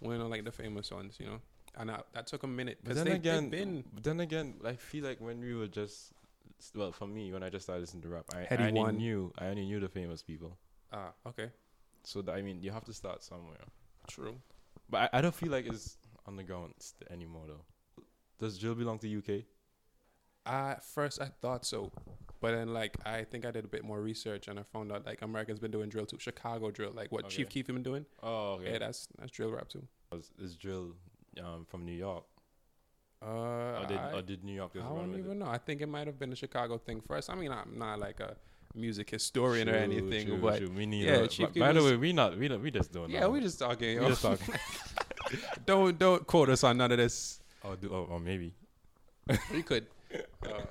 Speaker 2: we're not like the famous ones. You know, and I, that took a minute
Speaker 1: But
Speaker 2: because
Speaker 1: then
Speaker 2: they've,
Speaker 1: again,
Speaker 2: they've been
Speaker 1: then again, I feel like when we were just well, for me, when I just started listening to rap, I, I
Speaker 2: Heady
Speaker 1: only
Speaker 2: One.
Speaker 1: knew I only knew the famous people.
Speaker 2: ah okay
Speaker 1: So that, I mean, you have to start somewhere.
Speaker 2: true.
Speaker 1: But I, I don't feel like it's on the ground st- anymore though. Does Jill belong to UK?
Speaker 2: At first, I thought so, but then like I think I did a bit more research and I found out like Americans been doing drill too. Chicago drill, like what Chief
Speaker 1: Okay.
Speaker 2: Keef been doing.
Speaker 1: Oh,
Speaker 2: Yeah, that's that's drill rap too.
Speaker 1: Is, is Drill um, from New York?
Speaker 2: Uh,
Speaker 1: or, did,
Speaker 2: I,
Speaker 1: or did New York
Speaker 2: I
Speaker 1: just run
Speaker 2: don't
Speaker 1: with it?
Speaker 2: even know. I think it might have been a Chicago thing first. I mean, I'm not like a music historian or anything, but
Speaker 1: we need
Speaker 2: yeah,
Speaker 1: yeah,
Speaker 2: Chief
Speaker 1: by
Speaker 2: Keef
Speaker 1: the
Speaker 2: is-
Speaker 1: way, we not we not, we just don't.
Speaker 2: yeah,
Speaker 1: know.
Speaker 2: we just talking.
Speaker 1: we
Speaker 2: yo.
Speaker 1: just talking.
Speaker 2: don't don't quote us on none of this.
Speaker 1: oh, do, oh, oh, maybe.
Speaker 2: We could. Uh,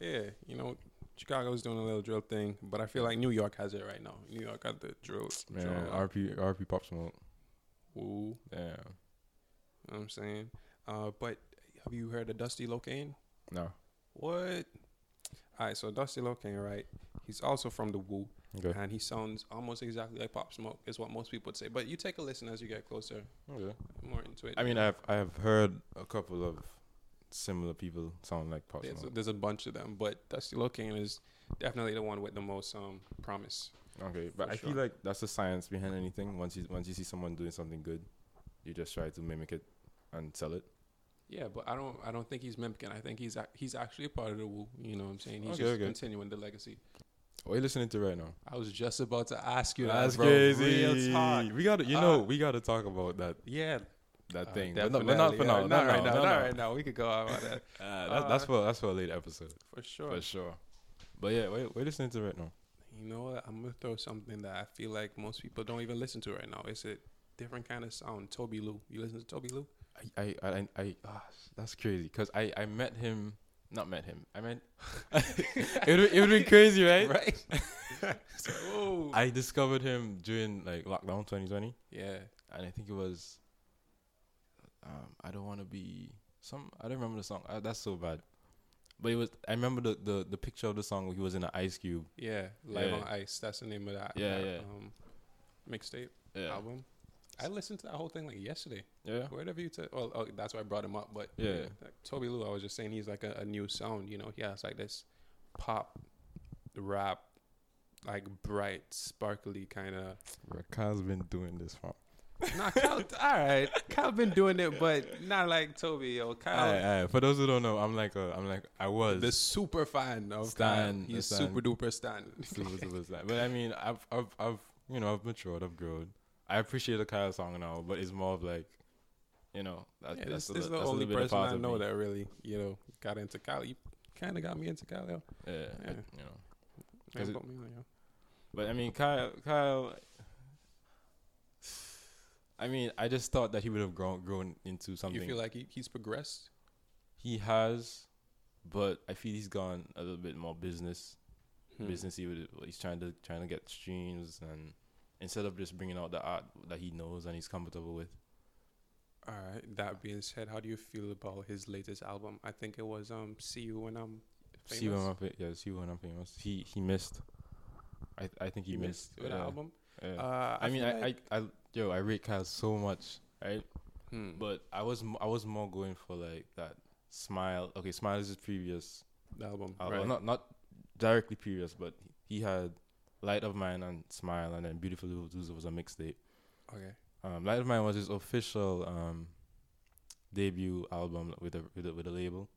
Speaker 2: yeah, you know, Chicago's doing a little drill thing, but I feel like New York has it right now. New York got the drill.
Speaker 1: Man,
Speaker 2: drill rap.
Speaker 1: RP RP pop smoke.
Speaker 2: Ooh, you
Speaker 1: Yeah.
Speaker 2: know what I'm saying. Uh, but have you heard of Dusty Locane?
Speaker 1: No.
Speaker 2: What? All right, so Dusty Locane, right? He's also from the Woo.
Speaker 1: Okay.
Speaker 2: and he sounds almost exactly like Pop Smoke, is what most people would say. But you take a listen as you get closer,
Speaker 1: okay.
Speaker 2: more into it.
Speaker 1: I mean, I've I've heard a couple of similar people sound like pop
Speaker 2: there's a,
Speaker 1: smoke.
Speaker 2: there's a bunch of them, but Dusty Lil Kane is definitely the one with the most um promise.
Speaker 1: Okay, but
Speaker 2: For
Speaker 1: I feel
Speaker 2: sure.
Speaker 1: like that's the science behind anything. Once you once you see someone doing something good, you just try to mimic it and sell it.
Speaker 2: Yeah, but I don't. I don't think he's mimicking. I think he's ac- he's actually a part of the Wu. You know what I'm saying? He's
Speaker 1: Okay,
Speaker 2: just
Speaker 1: okay.
Speaker 2: continuing the legacy.
Speaker 1: What are you listening to right now?
Speaker 2: I was just about to ask you that, bro. Real talk.
Speaker 1: We got to you
Speaker 2: Ah.
Speaker 1: know we got to talk about that
Speaker 2: Yeah,
Speaker 1: that
Speaker 2: Uh,
Speaker 1: thing. But no, but not for
Speaker 2: definitely.
Speaker 1: now.
Speaker 2: Yeah,
Speaker 1: Not
Speaker 2: right
Speaker 1: now.
Speaker 2: now.
Speaker 1: Not
Speaker 2: Not
Speaker 1: now.
Speaker 2: right now. We could go on about that
Speaker 1: Uh, that, that's
Speaker 2: Uh,
Speaker 1: for that's for a later episode
Speaker 2: for sure.
Speaker 1: for sure. But yeah, what what are you listening to right now?
Speaker 2: You know what? I'm gonna throw something that I feel like most people don't even listen to right now. It's a different kind of sound. Toby Lou. You listen to Toby Lou?
Speaker 1: I I I, I ah, that's crazy because I I met him. Not met him. I meant it. Would, it would be crazy, right?
Speaker 2: Right. It's like, whoa.
Speaker 1: I discovered him during like lockdown 2020,
Speaker 2: yeah.
Speaker 1: and I think it was. Um, I don't want to be some. I don't remember the song. Uh that's so bad. But it was. I remember the, the the picture of the song where he was in an ice cube.
Speaker 2: Yeah. Live
Speaker 1: Yeah.
Speaker 2: on Ice. That's the name of that.
Speaker 1: Yeah,
Speaker 2: that,
Speaker 1: yeah.
Speaker 2: Um, mixtape
Speaker 1: Yeah.
Speaker 2: album. I listened to that whole thing like yesterday.
Speaker 1: Yeah.
Speaker 2: Whatever you took. Well, oh, that's why I brought him up. But
Speaker 1: Yeah.
Speaker 2: like, Toby Lou, I was just saying he's like a, a new sound. You know, he has like this pop, rap, like bright, sparkly kind of.
Speaker 1: Rakan's been doing this for.
Speaker 2: nah, Kyle, all right. Kyle been doing it, but not like Toby. Yo, Kyle,
Speaker 1: Aye, aye. For those who don't know, I'm like a, I'm like I was
Speaker 2: the super fan of
Speaker 1: Stan,
Speaker 2: Kyle. He's
Speaker 1: Stan.
Speaker 2: super duper Stan.
Speaker 1: super, super sad. But I mean, I've, I've, I've, you know, I've matured, I've grown. I appreciate the Kyle song now, but it's more of like, you know,
Speaker 2: Yeah,
Speaker 1: that's,
Speaker 2: this,
Speaker 1: that's, a
Speaker 2: this
Speaker 1: li-
Speaker 2: is the
Speaker 1: that's a
Speaker 2: only
Speaker 1: little bit of
Speaker 2: person
Speaker 1: part
Speaker 2: I
Speaker 1: of
Speaker 2: know
Speaker 1: me.
Speaker 2: that really, you know, got into Kyle. You kind of got me into Kyle. Yo.
Speaker 1: Yeah,
Speaker 2: Yeah.
Speaker 1: I- you know.
Speaker 2: Man,
Speaker 1: Is it-
Speaker 2: put me on, yo.
Speaker 1: But I mean, Kyle, Kyle. I mean, I just thought that he would have grown grown into something.
Speaker 2: You feel like he, he's progressed?
Speaker 1: he has, but I feel he's gone a little bit more Hmm. business
Speaker 2: Hmm.
Speaker 1: businessy with it. He's trying to trying to get streams and instead of just bringing out the art that he knows and he's comfortable with.
Speaker 2: All right. That being said, how do you feel about his latest album? I think it was um, "See You When I'm Famous."
Speaker 1: See when I'm famous. Yeah, see when I'm famous. He he missed. I th- I think he,
Speaker 2: You
Speaker 1: missed.
Speaker 2: with
Speaker 1: yeah,
Speaker 2: the album.
Speaker 1: yeah.
Speaker 2: Uh,
Speaker 1: I, mean,
Speaker 2: feel
Speaker 1: I,
Speaker 2: like-
Speaker 1: I I yo, I rate Kyle so much, right?
Speaker 2: Hmm.
Speaker 1: But I was m- I was more going for like that smile. Okay, smile is his previous
Speaker 2: the album,
Speaker 1: album.
Speaker 2: right.
Speaker 1: Not not directly previous, but he had light of mine and smile, and then beautiful little Loser was a mixtape.
Speaker 2: okay.
Speaker 1: Um, Light of Mine was his official um, debut album with a with a, with a label.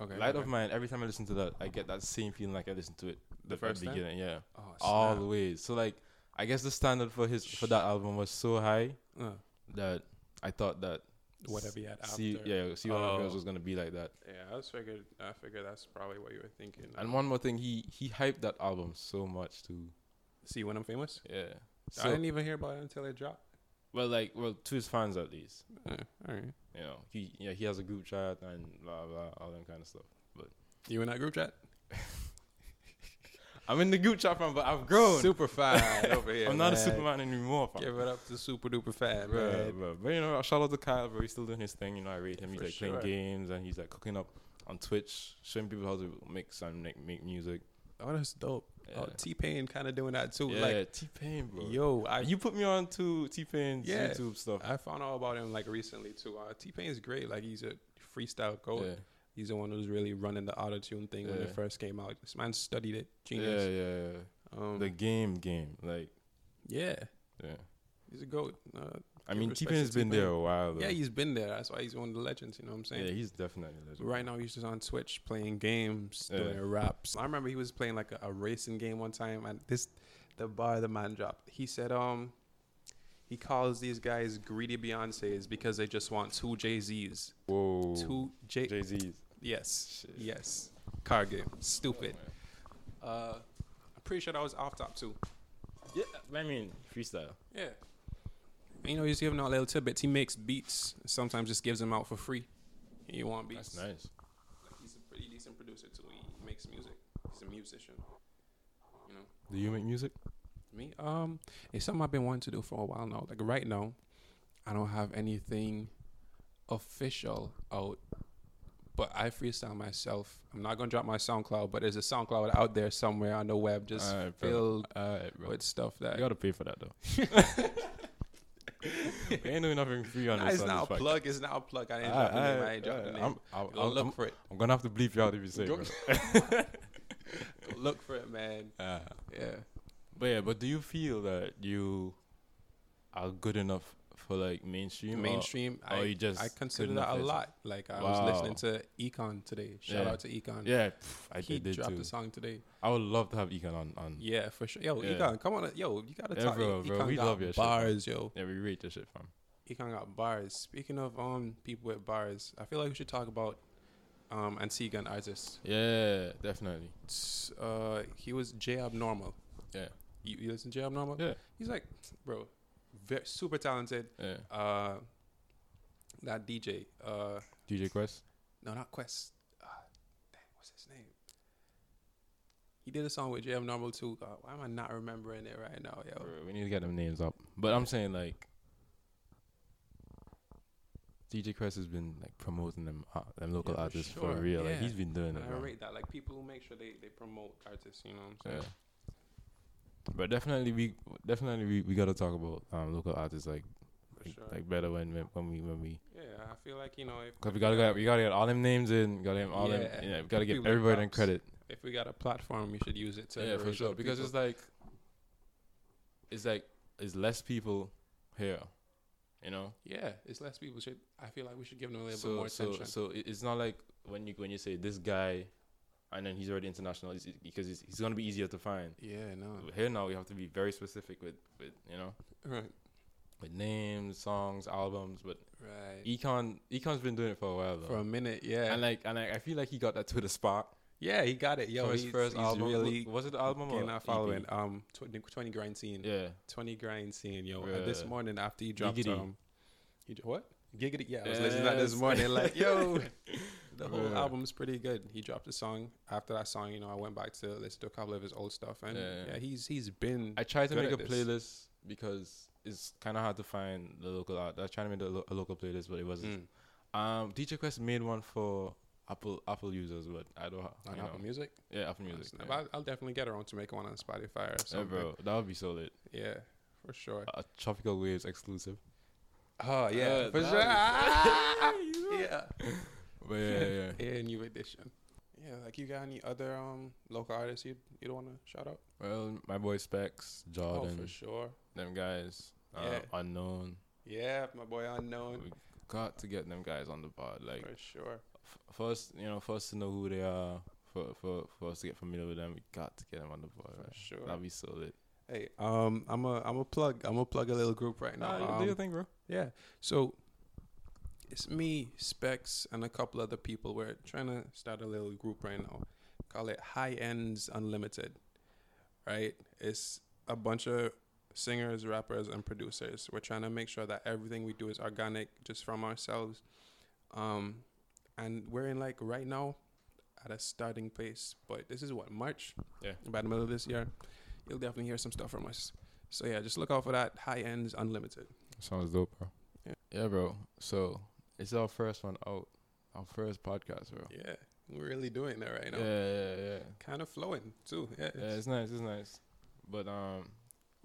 Speaker 2: Okay.
Speaker 1: Light
Speaker 2: okay.
Speaker 1: of Mine. Every time I listen to that, I get that same feeling like I listened to it
Speaker 2: The
Speaker 1: at
Speaker 2: first time?
Speaker 1: beginning. Yeah,
Speaker 2: Oh,
Speaker 1: all
Speaker 2: snap.
Speaker 1: the way. So like, I guess the standard for his for that album was so high
Speaker 2: Uh,
Speaker 1: that I thought that
Speaker 2: whatever you had after.
Speaker 1: see yeah see what
Speaker 2: Oh.
Speaker 1: girls was gonna be like that.
Speaker 2: Yeah, I was figured. I figured that's probably what you were thinking.
Speaker 1: And one more thing, he he hyped that album so much too.
Speaker 2: see, when I'm famous,
Speaker 1: Yeah. So
Speaker 2: I didn't even hear about it until it dropped.
Speaker 1: well, like well to his fans at least.
Speaker 2: Uh, all right,
Speaker 1: You know he yeah he has a group chat and blah blah all that kind of stuff.
Speaker 2: you in that group chat?
Speaker 1: I'm in the group chat fam, but I've grown.
Speaker 2: super fan over here.
Speaker 1: I'm not a
Speaker 2: man.
Speaker 1: Superman anymore, fam.
Speaker 2: Give it up to super duper fan,
Speaker 1: Bruh,
Speaker 2: man.
Speaker 1: bruh. But you know, shout out to Kyle, bro. He's still doing his thing. You know, I rate him. He's
Speaker 2: For
Speaker 1: like
Speaker 2: sure.
Speaker 1: playing games and he's like cooking up on Twitch, showing people how to mix and make, make music.
Speaker 2: Oh, that's dope.
Speaker 1: Yeah,
Speaker 2: Oh, T Pain kind of doing that too.
Speaker 1: yeah
Speaker 2: Like,
Speaker 1: T Pain, bro.
Speaker 2: yo, I
Speaker 1: you put me on to T Pain's
Speaker 2: Yeah.
Speaker 1: YouTube stuff.
Speaker 2: I found out about him like recently too. Uh, T Pain is great. Like, he's a freestyle
Speaker 1: yeah.
Speaker 2: goat. He's the one who's really running the auto tune thing when it
Speaker 1: Yeah.
Speaker 2: first came out. This man studied it.
Speaker 1: yeah,
Speaker 2: Genius.
Speaker 1: yeah,
Speaker 2: Um,
Speaker 1: The game, game. Like,
Speaker 2: yeah,
Speaker 1: yeah.
Speaker 2: he's a goat. Uh,
Speaker 1: I
Speaker 2: Give
Speaker 1: mean,
Speaker 2: respect
Speaker 1: T Pain's
Speaker 2: to
Speaker 1: been
Speaker 2: T-Pain.
Speaker 1: there a while. Though.
Speaker 2: Yeah, he's been there. That's why he's one of the legends. You know what I'm saying?
Speaker 1: yeah, he's definitely a legend.
Speaker 2: Right now, he's just on Twitch playing games,
Speaker 1: Yeah.
Speaker 2: doing raps. I remember he was playing like a, a racing game one time, and this, the bar the man dropped. He said, um, he calls these guys greedy Beyonces because they just want two Jay Z's,
Speaker 1: Whoa.
Speaker 2: two J.
Speaker 1: Jay Z's.
Speaker 2: yes,
Speaker 1: Shit. Oh,
Speaker 2: yes. Car game, stupid. Uh, I'm pretty sure that was off top too.
Speaker 1: Yeah, I mean, freestyle.
Speaker 2: Yeah. You know, he's giving out little tidbits. He makes beats. Sometimes just gives them out for free. You want beats?
Speaker 1: That's nice.
Speaker 2: Like he's a pretty decent producer too. He makes music. He's a musician. You know
Speaker 1: Do you make music?
Speaker 2: me. Um, it's something I've been wanting to do for a while now. Like right now, I don't have anything official out, but I freestyle myself. I'm not gonna drop my SoundCloud, but there's a SoundCloud out there somewhere on the web, just
Speaker 1: Alright, bro.
Speaker 2: filled
Speaker 1: All right, bro.
Speaker 2: with stuff
Speaker 1: You
Speaker 2: that.
Speaker 1: gotta pay for that though. we ain't doing nothing free on
Speaker 2: Nah,
Speaker 1: this.
Speaker 2: it's
Speaker 1: on
Speaker 2: not a
Speaker 1: this podcast.
Speaker 2: plug. It's not a plug. I didn't drop the name. I ain't drop the name.
Speaker 1: I'm, I'm,
Speaker 2: Go
Speaker 1: I'm,
Speaker 2: look
Speaker 1: I'm,
Speaker 2: for it.
Speaker 1: I'm gonna have to bleep you out if you say it.
Speaker 2: Go-
Speaker 1: bro.
Speaker 2: Go look for it, man.
Speaker 1: Uh,
Speaker 2: Yeah.
Speaker 1: But yeah, but do you feel that you are good enough for like mainstream? or-
Speaker 2: mainstream.
Speaker 1: or
Speaker 2: I,
Speaker 1: you just
Speaker 2: I consider
Speaker 1: couldn't
Speaker 2: that a
Speaker 1: afford it?
Speaker 2: lot. Like I
Speaker 1: Wow.
Speaker 2: was listening to Econ today. Shout
Speaker 1: Yeah.
Speaker 2: out to Econ.
Speaker 1: Yeah, pff, I
Speaker 2: he
Speaker 1: did, did
Speaker 2: dropped
Speaker 1: too.
Speaker 2: a song today.
Speaker 1: I would love to have Econ on. on. Yeah.
Speaker 2: Yeah, for sure. Yo,
Speaker 1: Yeah.
Speaker 2: Econ, come on, uh, yo, you gotta
Speaker 1: Yeah,
Speaker 2: talk.
Speaker 1: bro,
Speaker 2: Econ
Speaker 1: bro, we
Speaker 2: got
Speaker 1: love your shit, man.
Speaker 2: bars, yo.
Speaker 1: we rate this shit, fam.
Speaker 2: Econ got bars. Speaking of um people with bars, I feel like we should talk about um Antigan artists.
Speaker 1: Yeah, definitely.
Speaker 2: It's, Uh, he was J Abnormal.
Speaker 1: Yeah.
Speaker 2: You, you listen to J Abnormal?
Speaker 1: Yeah,
Speaker 2: He's like, bro, very, super talented.
Speaker 1: yeah.
Speaker 2: Uh, that DJ. Uh,
Speaker 1: DJ Quest.
Speaker 2: No, not Quest. Uh, dang, what's his name? He did a song with JM Normal too. God, why am I not remembering it right now, yo?
Speaker 1: Bro, we need to get them names up. But I'm saying like DJ Quest has been like promoting them uh, them local
Speaker 2: for
Speaker 1: artists for
Speaker 2: sure.
Speaker 1: real. Like
Speaker 2: Yeah.
Speaker 1: he's been doing
Speaker 2: And
Speaker 1: it.
Speaker 2: I
Speaker 1: man.
Speaker 2: rate that. Like people who make sure they, they promote artists, you know what I'm
Speaker 1: Yeah.
Speaker 2: saying?
Speaker 1: But definitely we definitely we, we gotta talk about um, local artists like
Speaker 2: For
Speaker 1: like,
Speaker 2: sure.
Speaker 1: like better when when- when we when we
Speaker 2: yeah, I feel like, you know, if
Speaker 1: because we gotta get we gotta get all them names in, gotta get all
Speaker 2: Yeah.
Speaker 1: them yeah, we gotta give
Speaker 2: People with
Speaker 1: everybody them
Speaker 2: props.
Speaker 1: credit.
Speaker 2: if we got a platform, we should use it to
Speaker 1: yeah, for
Speaker 2: raise
Speaker 1: sure.
Speaker 2: other
Speaker 1: Because
Speaker 2: people.
Speaker 1: it's like, it's like, it's less people here, you know.
Speaker 2: yeah, it's less people should I feel like we should give them a little
Speaker 1: so
Speaker 2: bit more
Speaker 1: so
Speaker 2: attention.
Speaker 1: so it- it's not like when you when you say this guy, and then he's already international it's, it- because it's, he's gonna be easier to find.
Speaker 2: yeah, no.
Speaker 1: Here now we have to be very specific with with you know
Speaker 2: Right.
Speaker 1: with names, songs, albums. But
Speaker 2: Right.
Speaker 1: Econ Econ's been doing it for a while though.
Speaker 2: For a minute, yeah.
Speaker 1: and like and like, I feel like he got that to the spot
Speaker 2: yeah, he got it. Yo,
Speaker 1: for his
Speaker 2: he's,
Speaker 1: first
Speaker 2: he's
Speaker 1: album. E
Speaker 2: really
Speaker 1: Wa- was it the album or
Speaker 2: getting that
Speaker 1: EP?
Speaker 2: following. Um, 20, 20 grind scene.
Speaker 1: Yeah,
Speaker 2: 20 grind scene, yo. And this
Speaker 1: Bruh.
Speaker 2: morning after you dropped
Speaker 1: Giggity.
Speaker 2: um you, dro- what? Giggity. Yeah, I was listening to that this
Speaker 1: Yes.
Speaker 2: morning like, yo, the whole
Speaker 1: Bruh.
Speaker 2: album's pretty good. He dropped a song. After that song, you know, I went back to listen to a couple of his old stuff and
Speaker 1: Yeah.
Speaker 2: yeah, he's he's been
Speaker 1: I tried to
Speaker 2: good
Speaker 1: make a
Speaker 2: at this.
Speaker 1: playlist because it's kind of hard to find the local art. I was trying to make a, lo- a local playlist, but it wasn't.
Speaker 2: Mm,
Speaker 1: Um, DJ Quest made one for Apple Apple users, but I don't. ha-
Speaker 2: on
Speaker 1: you
Speaker 2: Apple
Speaker 1: know.
Speaker 2: Music.
Speaker 1: Yeah, Apple Music.
Speaker 2: But
Speaker 1: Yeah.
Speaker 2: I'll, I'll definitely get around to make one on Spotify or
Speaker 1: Yeah,
Speaker 2: something.
Speaker 1: bro, that would be so lit.
Speaker 2: Yeah, for sure.
Speaker 1: A Tropical Waves exclusive.
Speaker 2: Oh yeah,
Speaker 1: uh,
Speaker 2: for
Speaker 1: that
Speaker 2: sure.
Speaker 1: is-
Speaker 2: Ah, yeah.
Speaker 1: But yeah, yeah, yeah.
Speaker 2: Yeah, new edition. Yeah, like you got any other um local artists you you don't want to shout out?
Speaker 1: Well, my boy Specs,
Speaker 2: Oh,
Speaker 1: Jordan,
Speaker 2: for sure.
Speaker 1: them guys, uh,
Speaker 2: Yeah.
Speaker 1: unknown.
Speaker 2: Yeah, my boy Unknown.
Speaker 1: We got to get them guys on the pod. Like
Speaker 2: for sure.
Speaker 1: f- first, you know, first to know who they are. For, for, for us to get familiar with them, we got to get them on the pod.
Speaker 2: For
Speaker 1: Right?
Speaker 2: sure.
Speaker 1: That'd be so lit.
Speaker 2: Hey, um, I'm a I'm a plug. I'm a plug a little group right
Speaker 1: Nah,
Speaker 2: now.
Speaker 1: you do
Speaker 2: Um,
Speaker 1: your thing, bro.
Speaker 2: Yeah. So it's me, Specs, and a couple other people. We're trying to start a little group right now. Call it High Ends Unlimited. Right? It's a bunch of singers, rappers, and producers. We're trying to make sure that everything we do is organic, just from ourselves. Um, and we're in like right now at a starting place, but this is what March.
Speaker 1: Yeah.
Speaker 2: By the middle of this year, you'll definitely hear some stuff from us. So yeah, just look out for that. High Ends Unlimited.
Speaker 1: Sounds dope, bro.
Speaker 2: Yeah.
Speaker 1: Yeah, bro. So it's our first one out, our first podcast, bro.
Speaker 2: Yeah, we're really doing that right now.
Speaker 1: Yeah, yeah, yeah.
Speaker 2: Kind of flowing too. Yeah,
Speaker 1: Yeah,
Speaker 2: it's,
Speaker 1: it's nice, it's nice. But um,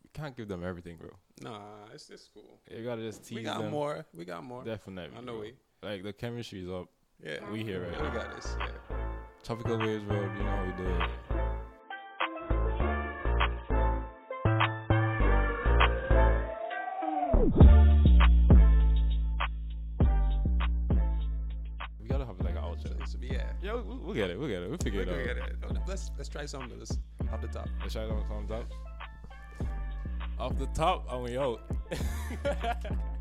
Speaker 1: we can't give them everything, bro.
Speaker 2: nah, it's it's cool.
Speaker 1: You gotta just tease
Speaker 2: We got
Speaker 1: them.
Speaker 2: more. We got more.
Speaker 1: Definitely.
Speaker 2: I know
Speaker 1: bro.
Speaker 2: we.
Speaker 1: Like the chemistry's up.
Speaker 2: Yeah,
Speaker 1: We here
Speaker 2: we
Speaker 1: right now.
Speaker 2: got this. Yeah.
Speaker 1: Tropical waves, bro. You know how we do it. We gotta have like an outro.
Speaker 2: This will be- yeah.
Speaker 1: Yeah, we'll, we'll get it. We'll get it. We'll figure
Speaker 2: We're
Speaker 1: it out.
Speaker 2: gonna get it. Oh, Let's let's try some of this off the top.
Speaker 1: Let's try it on the top. Off the top, and we out.